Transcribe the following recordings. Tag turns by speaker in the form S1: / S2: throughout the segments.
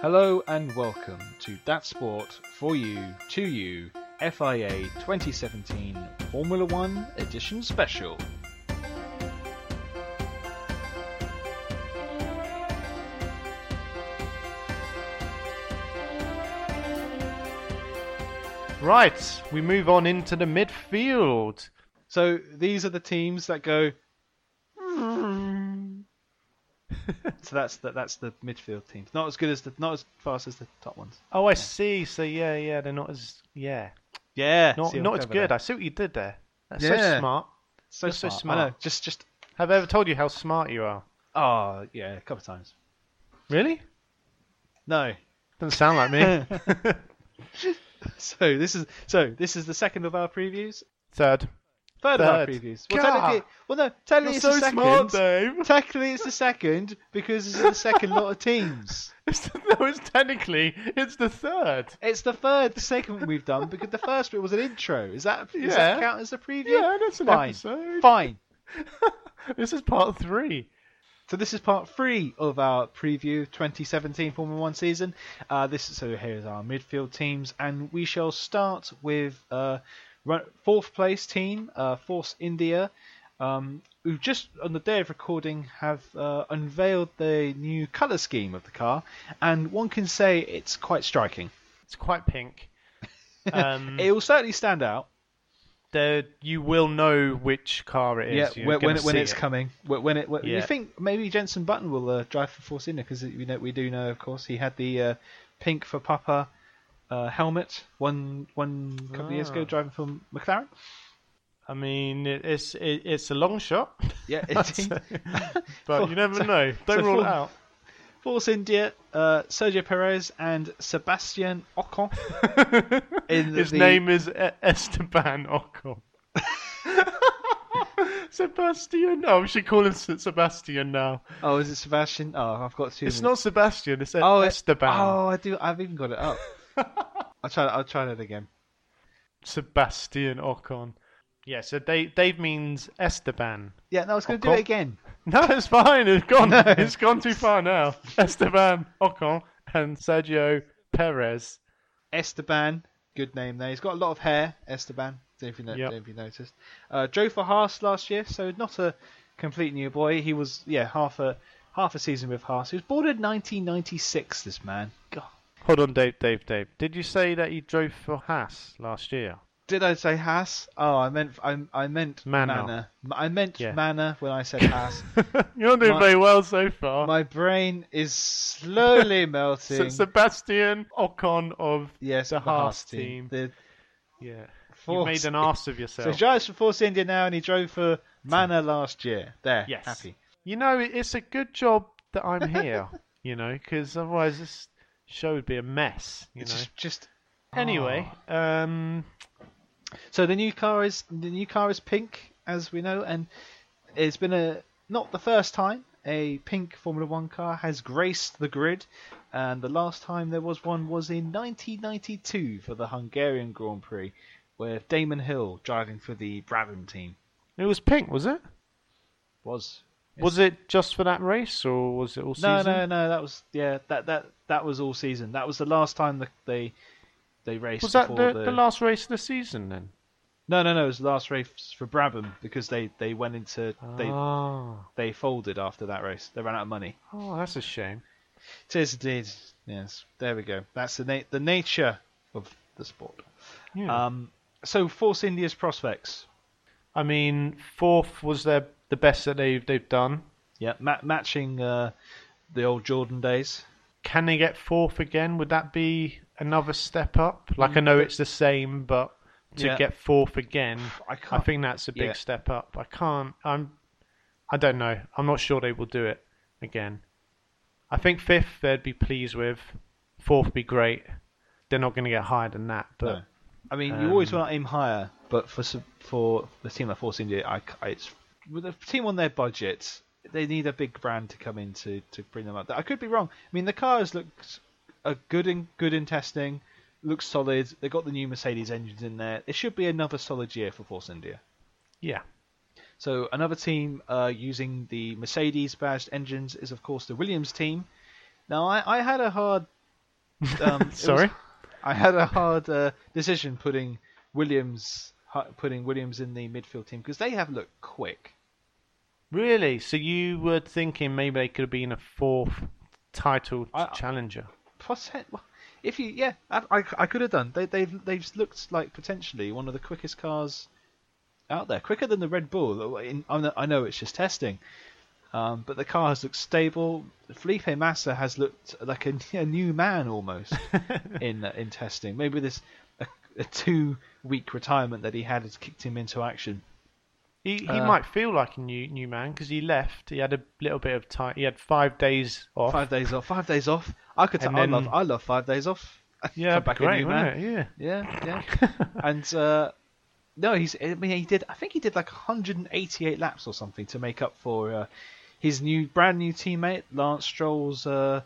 S1: Hello and welcome to That Sport for You, to You, FIA 2017 Formula One Edition Special.
S2: Right, we move on into the midfield.
S1: So these are the teams that go. so that's the, that's the midfield teams. Not as good as the not as fast as the top ones.
S2: Oh, I see. So yeah, yeah, they're not as yeah,
S1: Yeah,
S2: not
S1: see,
S2: not
S1: I'll
S2: as
S1: go
S2: good.
S1: there.
S2: I see what you did there. That's
S1: Yeah.
S2: so smart.
S1: so
S2: you're
S1: smart.
S2: so
S1: I
S2: smart.
S1: know. Just just
S2: Have I ever told you how smart you are?
S1: oh yeah, a couple of times.
S2: Really?
S1: No,
S2: Doesn't sound like me.
S1: so this is so this is the second of our previews.
S2: Third.
S1: Third, of our
S2: Third.
S1: previews. Well,
S2: God.
S1: technically, well, no, technically it's the second.
S2: Dave.
S1: Technically, it's the second because it's the second lot of teams.
S2: no, it's technically it's the third.
S1: It's the third segment we've done because the first bit was an intro. Is that does
S2: Yeah.
S1: that count as a preview?
S2: Yeah, that's an
S1: fine.
S2: episode.
S1: Fine.
S2: This is part three.
S1: So this is part three of our preview 2017 Formula One season. Uh, this so here's our midfield teams, and we shall start with uh, run, fourth place team, uh, Force India, um, who just on the day of recording have uh, unveiled the new colour scheme of the car, and one can say it's quite striking.
S2: It's quite pink. Um,
S1: It will certainly stand out.
S2: there, you will know which car it
S1: Yeah,
S2: is. You're
S1: when, when,
S2: gonna
S1: it- when
S2: see
S1: it's
S2: it.
S1: coming, when, when it, when, you
S2: Yeah.
S1: think maybe Jensen Button will uh, drive for Force India because we know we do know, of course, he had the uh, pink for Papa uh, helmet one one
S2: Ah.
S1: couple of years ago driving for McLaren.
S2: I mean, it, it's it, it's a long shot,
S1: Yeah, indeed.
S2: but you never
S1: So-
S2: know. Don't
S1: so
S2: rule
S1: full-
S2: it out.
S1: Force India, uh, Sergio Perez and Sebastian Ocon. in
S2: His
S1: the-
S2: name is E- Esteban Ocon. Sebastian. Oh, we should call him Se- Sebastian now.
S1: Oh, is it Sebastian? Oh, I've got two.
S2: It's not Sebastian. It's E-
S1: Oh, it-
S2: Esteban.
S1: Oh, I do. I've even got it up. I'll try. I'll try that again.
S2: Sebastian Ocon. Yeah. So Dave, Dave means Esteban.
S1: Yeah, no, I was going to do
S2: Ocon.
S1: it again.
S2: No, it's fine. It's gone. It's gone too far now. Esteban Ocon and Sergio Perez.
S1: Esteban, good name there. He's got a lot of hair, Esteban. Don't know if you, know,
S2: Yep.
S1: don't know if you noticed. Uh, drove for Haas last year, so not a complete new boy. He was yeah half a half a season with Haas. He was born in 1996. This man. God.
S2: Hold on, Dave, Dave, Dave. Did you say that you drove for Haas last year?
S1: Did I say Haas? Oh, I meant I, I meant
S2: Manor.
S1: Manor. M- I meant
S2: Yeah.
S1: Manor when I said Haas.
S2: You're not doing
S1: My-
S2: very well so far.
S1: My brain is slowly melting.
S2: Se- Sebastian Ocon of
S1: yes,
S2: the
S1: the
S2: Haas
S1: Haas team.
S2: team.
S1: The
S2: yeah. You
S1: Force-
S2: made an ass of
S1: so
S2: yourself.
S1: he drives for Force India now, and he drove for Manor last year. There,
S2: yes.
S1: happy.
S2: You know, it- it's a good job that I'm here. you know, because otherwise this show would be a mess. You know.
S1: It's just, Ah. just
S2: Anyway, um,
S1: So the new car is the new car is pink, as we know, and it's been a not the first time a pink Formula One car has graced the grid, and the last time there was one was in 1992 for the Hungarian Grand Prix, with Damon Hill driving for the Brabham team.
S2: it was pink, was it?
S1: Was
S2: Was it just for that race, or was it all
S1: no,
S2: season?
S1: no, no. That was yeah. That that that was all season. That was the last time that they they raced.
S2: Was that
S1: before
S2: the, the last race of the season then?
S1: No, no, no. It was the last race for Brabham because they they went into they
S2: Ah.
S1: they folded after that race. They ran out of money.
S2: Oh, that's a shame.
S1: Tis indeed. Yes, there we go. That's the na- the nature of the sport.
S2: Yeah.
S1: Um, so Force India's prospects.
S2: I mean, fourth was their the best that they've they've done.
S1: Yeah, ma- matching uh, the old Jordan days.
S2: Can they get fourth again? Would that be another step up? Like I know it's the same, but to
S1: Mm. Yeah.
S2: get fourth again,
S1: I
S2: I,
S1: can't-
S2: think that's a big
S1: yeah.
S2: step up. I can't. I'm. I don't know. I'm not sure they will do it. again. I think fifth they'd be pleased with. Fourth be great. They're not going to get higher than that, but
S1: No. I mean, you always want to aim higher, but for s- for the team like Force India, I, c- I- it's with a team on their budget, they need a big brand to come in to, to bring them up. I could be wrong. I mean, the cars look are good in good in testing, looks solid. They got the new Mercedes engines in there. It should be another solid year for Force India.
S2: yeah,
S1: So another team uh, using the Mercedes badged engines is of course the Williams team. Now I, I had a hard um, it was-
S2: Sorry?
S1: I had a hard uh, decision putting Williams hu- putting Williams in the midfield team because they have looked quick.
S2: really. So you were thinking maybe they could have been a fourth title
S1: I-
S2: challenger.
S1: Plus, he- well, if you yeah, I, I, I could have done. They they've they've looked like potentially one of the quickest cars out there, quicker than the Red Bull. In, I know- I know it's just testing, um, but the car has looked stable. Felipe Massa has looked like a, a new man almost in uh, in testing. Maybe this a, a two week retirement that he had has kicked him into action.
S2: He he
S1: Uh,
S2: might feel like a new new man because he left. He had a little bit of time. He had five days off.
S1: Five days off. Five days off. I could. T-
S2: And
S1: I
S2: then-
S1: love. I love five days off.
S2: yeah,
S1: Come
S2: that'd be
S1: back a
S2: great,
S1: new
S2: wouldn't
S1: man.
S2: it? Yeah.
S1: Yeah, yeah. and uh, no, he's. I mean, he did. I think he did like 188 laps or something to make up for uh, his new, brand new teammate Lance Stroll's uh,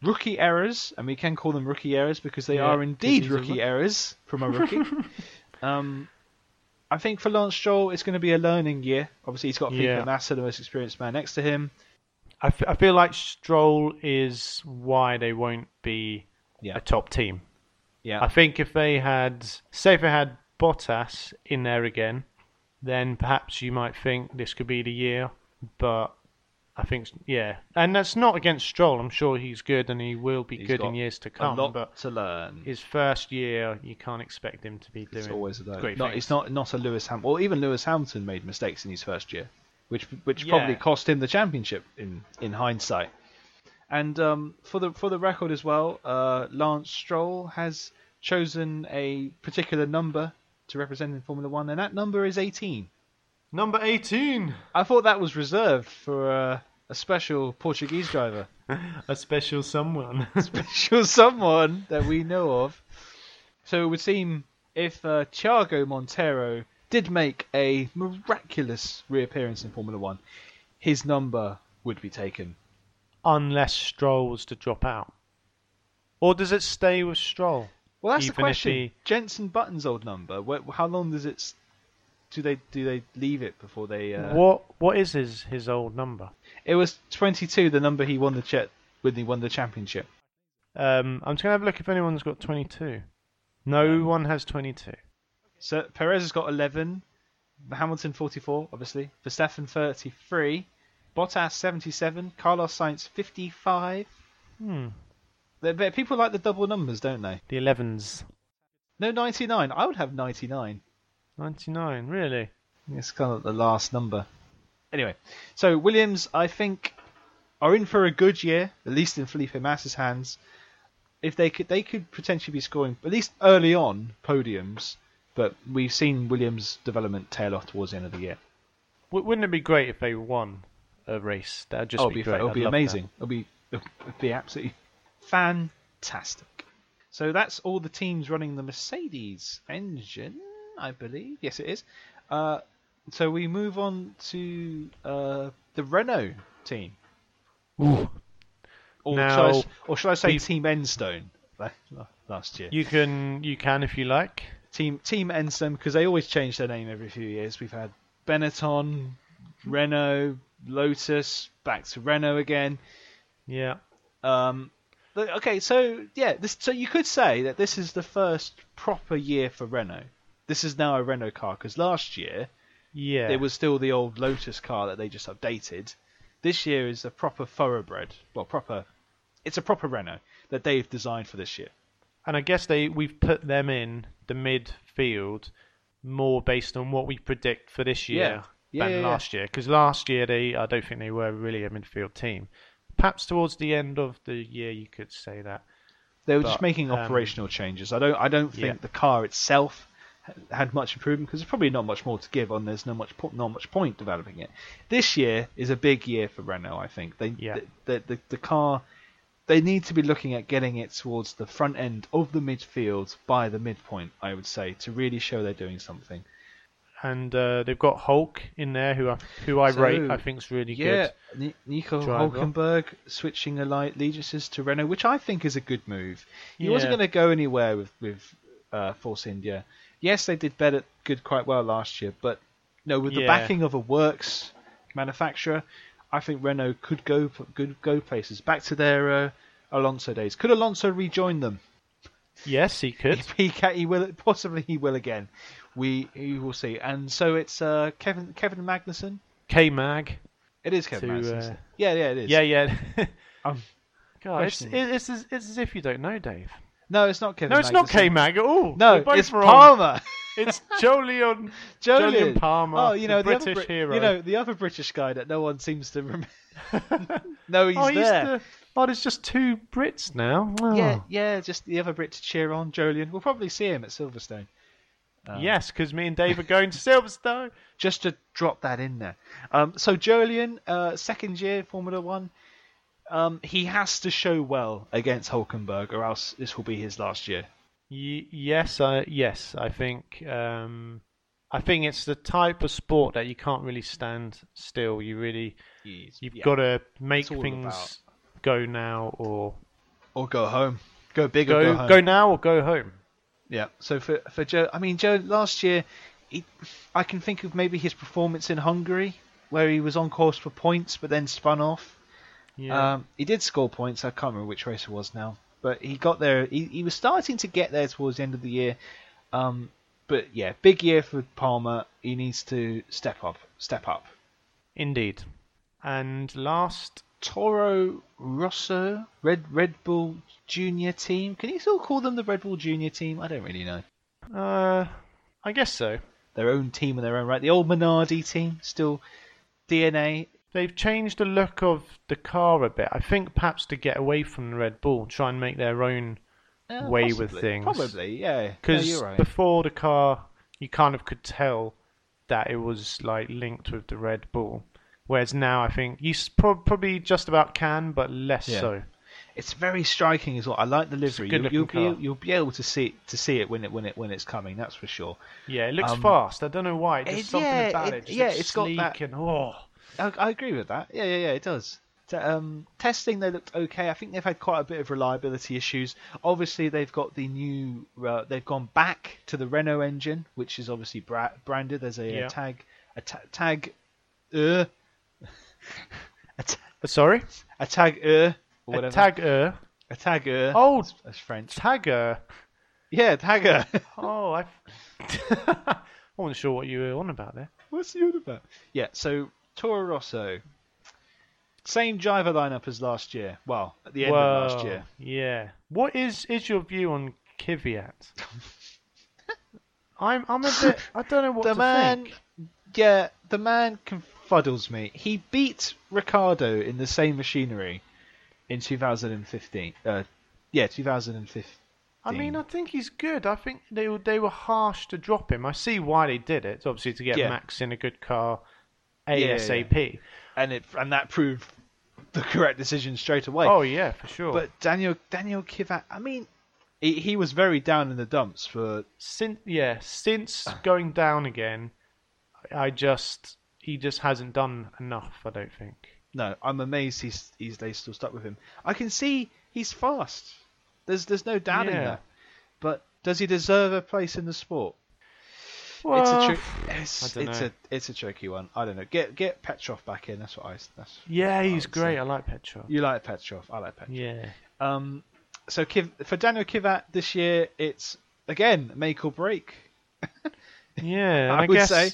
S1: rookie errors, and we can call them rookie errors because they
S2: Yeah,
S1: are indeed
S2: he's a
S1: rookie
S2: rookie.
S1: errors from a rookie. um, I think for Lance Stroll, it's going to be a learning year. Obviously, he's got Felipe
S2: Yeah.
S1: Massa, the most experienced man, next to him.
S2: I, f- I feel like Stroll is why they won't be
S1: Yeah.
S2: a top team.
S1: Yeah,
S2: I think if they had, say, if they had Bottas in there again, then perhaps you might think this could be the year. But I think, yeah, and that's not against Stroll. I'm sure he's good and he will be
S1: He's
S2: good
S1: got
S2: in years to
S1: a
S2: come.
S1: lot
S2: But
S1: to learn.
S2: his first year, you can't expect him to be doing.
S1: It's always a though.
S2: great
S1: Not,
S2: things.
S1: it's not not a Lewis Ham. Well, even Lewis Hamilton made mistakes in his first year, which which
S2: Yeah.
S1: probably cost him the championship in in hindsight. And um, for the for the record as well, uh, Lance Stroll has chosen a particular number to represent in Formula One, and that number is 18.
S2: Number 18,
S1: I thought that was reserved for uh, a special Portuguese driver,
S2: a special someone.
S1: special someone that we know of. So it would seem if uh, Thiago Montero did make a miraculous reappearance in Formula One, his number would be taken.
S2: Unless Stroll was to drop out, or does it stay with Stroll?
S1: Well, that's the
S2: Even if
S1: question.
S2: he-
S1: Jensen Button's old number. wh- how long does it? s- Do they do they leave it before they? Uh...
S2: What what is his his old number?
S1: It was 22, the number he won the chat when he won the championship.
S2: Um, I'm just gonna have a look if anyone's got 22. No one has 22.
S1: So Perez has got 11, Hamilton 44, obviously, Verstappen 33, Bottas 77, Carlos Sainz 55.
S2: Hmm.
S1: They- they- People like the double numbers, don't they?
S2: The 11s.
S1: No, 99. I would have 99.
S2: 99. Really?
S1: It's kind of the last number. Anyway, so Williams, I think, are in for a good year, at least in Felipe Massa's hands. If they could, they could potentially be scoring at least early on podiums. But we've seen Williams' development tail off towards the end of the year.
S2: W- wouldn't it be great if they won a race? That'd just
S1: oh, it'll
S2: be
S1: be, fa-
S2: great.
S1: it'll
S2: I'd
S1: be
S2: love that.
S1: amazing. It'll be it'll be absolutely fantastic. So that's all the teams running the Mercedes engine, I believe. Yes, it is. Uh, so we move on to uh, the Renault team, or,
S2: Now,
S1: shall, I, s- or shall I say
S2: we've-
S1: Team Enstone? like la- Last year,
S2: You can you can if you like.
S1: team Team Enstone because they always change their name every few years. We've had Benetton, Renault, Lotus, back to Renault again.
S2: Yeah.
S1: Um, but- okay, so yeah, this, so you could say that this is the first proper year for Renault. This is now a Renault car because last year
S2: Yeah.
S1: it was still the old Lotus car that they just updated. This year is a proper thoroughbred, well, proper. It's a proper Renault that they've designed for this year.
S2: And I guess they we've put them in the midfield more based on what we predict for this year
S1: Yeah,
S2: than
S1: yeah, yeah.
S2: last year. Because last year they I don't think they were really a midfield team. Perhaps towards the end of the year you could say that.
S1: They were
S2: But,
S1: just making
S2: um,
S1: operational changes. I don't, I don't think
S2: yeah.
S1: the car itself had much improvement because there's probably not much more to give on. There's no much po- not much point developing it. This year is a big year for Renault. I think they
S2: Yeah.
S1: the, the, the the car they need to be looking at getting it towards the front end of the midfield by the midpoint. I would say to really show they're doing something.
S2: and uh, they've got Hulk in there, who I who I
S1: So,
S2: rate. I think's really
S1: Yeah,
S2: good.
S1: Ni- Nico
S2: driver.
S1: Hulkenberg switching Elite Legises to Renault, which I think is a good move. He wasn't
S2: Yeah.
S1: going to go anywhere with with uh, Force India. Yes, they did better, good quite well last year, but no, with the
S2: Yeah.
S1: backing of a works manufacturer, I think Renault could go could go places. Back to their uh, Alonso days. Could Alonso rejoin them?
S2: Yes, he could.
S1: he can, he will possibly he will again. We we will see. And so it's uh, Kevin Kevin Magnussen.
S2: K Mag.
S1: It is Kevin
S2: To,
S1: Magnussen. isn't
S2: uh,
S1: it? yeah, yeah, it is.
S2: Yeah, yeah.
S1: Um,
S2: God, it's,
S1: question.
S2: it's, as, it's as if you don't know, Dave.
S1: No, it's not Kevin.
S2: No, it's not
S1: Magnussen.
S2: K Mag at all. We're
S1: No,
S2: both
S1: it's
S2: wrong.
S1: Palmer.
S2: It's Jolyon.
S1: Jolyon.
S2: Jolyon Palmer.
S1: Oh, you know
S2: the
S1: the, other
S2: British
S1: Brit-
S2: hero.
S1: You know the other British guy that no one seems to remember. no, he's
S2: oh, he's
S1: there.
S2: the- oh, there's just two Brits now. Oh.
S1: Yeah, yeah, just the other Brit to cheer on. Jolyon. We'll probably see him at Silverstone.
S2: Yes, because me and Dave are going to Silverstone.
S1: Just to drop that in there. Um, so Jolyon, uh, second year Formula One. Um, he has to show well against Hulkenberg, or else this will be his last year.
S2: Y- yes, I yes, I think um, I think it's the type of sport that you can't really stand still. You really you've
S1: Yeah.
S2: got to make
S1: It's all
S2: things go now or
S1: or go home, go big or
S2: go
S1: go
S2: go,
S1: home.
S2: now or go home.
S1: Yeah. So for for Joe, I mean Joe, last year, he, I can think of maybe his performance in Hungary where he was on course for points but then spun off.
S2: Yeah,
S1: Um, he did score points. I can't remember which race it was now, but he got there. He, he was starting to get there towards the end of the year. Um, but yeah, big year for Palmer. He needs to step up. Step up.
S2: indeed. And last,
S1: Toro Rosso, Red Red Bull Junior team. Can you still call them the Red Bull Junior team? I don't really know.
S2: uh, I guess so.
S1: their own team in their own right. The old Minardi team, still DNA.
S2: They've changed the look of the car a bit. I think perhaps to get away from the Red Bull, try and make their own
S1: Uh,
S2: Way with
S1: possibly,
S2: things.
S1: Probably, yeah. No,
S2: because
S1: you're right.
S2: before the car, you kind of could tell that it was like linked with the Red Bull, whereas now I think you s- prob- probably just about can, but less
S1: Yeah.
S2: so.
S1: It's very striking as well. I like the
S2: It's a
S1: livery. You'll,
S2: good-looking
S1: you'll be
S2: car.
S1: you'll be able to see to see it when it when it when it's coming. That's for sure.
S2: Yeah, it looks
S1: Um,
S2: fast. I don't know why. There's
S1: it-
S2: something
S1: yeah,
S2: about
S1: it-
S2: it. Just
S1: yeah,
S2: looks
S1: it's got
S2: sleek
S1: that-
S2: and oh,
S1: I, I agree with that. Yeah, yeah, yeah. It does. T- Um, testing they looked okay. I think they've had quite a bit of reliability issues. Obviously, they've got the new. Uh, they've gone back to the Renault engine, which is obviously bra- branded. There's a, uh,
S2: Yeah.
S1: tag, a ta- tag, uh, a, ta-
S2: Uh, sorry,
S1: a tag, uh, or
S2: a
S1: whatever.
S2: tagger,
S1: A tagger.
S2: Oh.
S1: that's, that's French.
S2: tagger.
S1: Yeah, tagger.
S2: Oh, I. I wasn't sure what you were on about there.
S1: What's the other about? Yeah, so Toro Rosso, same driver lineup as last year. Well, at the end of last
S2: Whoa,
S1: year.
S2: Yeah. What is is your view on Kvyat? I'm I'm a bit. I don't know what
S1: The
S2: to
S1: man,
S2: think.
S1: yeah, the man confuddles me. He beat Ricardo in the same machinery in 2015. Uh, yeah, 2015.
S2: I mean, I think he's good. I think they were, they were harsh to drop him. I see why they did it. It's obviously to get
S1: Yeah.
S2: Max in a good car
S1: yeah, yeah.
S2: ASAP.
S1: and it and that proved the correct decision straight away.
S2: Oh yeah, for sure. But
S1: But Daniel Daniel Kivat, I mean, he, he was very down in the dumps for
S2: since yeah, since
S1: Ah.
S2: going down again, I just he just hasn't done enough. I don't think.
S1: no. I'm amazed he's he's they still stuck with him. I can see he's fast. There's there's no doubting
S2: Yeah.
S1: that. But does he deserve a place in the sport?
S2: Well,
S1: it's a tri- it's,
S2: Oh. I dunno.
S1: it's a it's a tricky one. I don't know. Get get Petrov back in. That's what I. s- That's
S2: yeah,
S1: I would
S2: he's
S1: say.
S2: great. I like Petrov.
S1: You like Petrov. I like Petrov.
S2: Yeah.
S1: Um, so Kiv- for Daniel Kivat this year, it's again make or break.
S2: Yeah, and
S1: I
S2: I,
S1: would
S2: guess,
S1: say,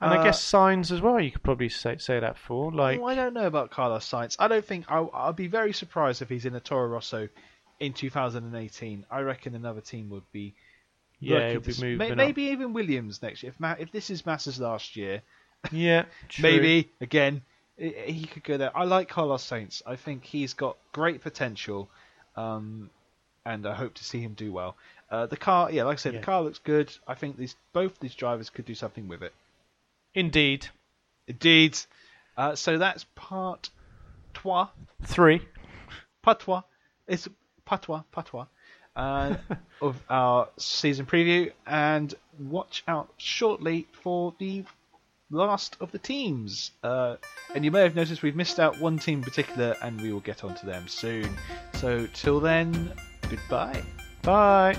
S2: and
S1: uh,
S2: I guess signs as well. You could probably say say that for like
S1: Oh, I don't know about Carlos Sainz. I don't think I'll, I'll be very surprised if he's in a Toro Rosso in 2018. I reckon another team would be
S2: yeah,
S1: lurking
S2: he'll
S1: to
S2: be
S1: s-
S2: moving
S1: may-
S2: up.
S1: maybe even Williams next year. If Ma- if this is Massa's last year,
S2: yeah, true.
S1: maybe again i- i- he could go there. I like Carlos Sainz. I think he's got great potential. Um, and I hope to see him do well. Uh, the car, yeah, like I said,
S2: Yeah.
S1: the car looks good. I think these both these drivers could do something with it.
S2: Indeed.
S1: Indeed. Uh, so that's part trois,
S2: Three.
S1: part trois. It's part trois, part trois uh, of our season preview, and watch out shortly for the last of the teams. Uh, and you may have noticed we've missed out one team in particular, and we will get onto them soon. So till then, goodbye.
S2: Bye.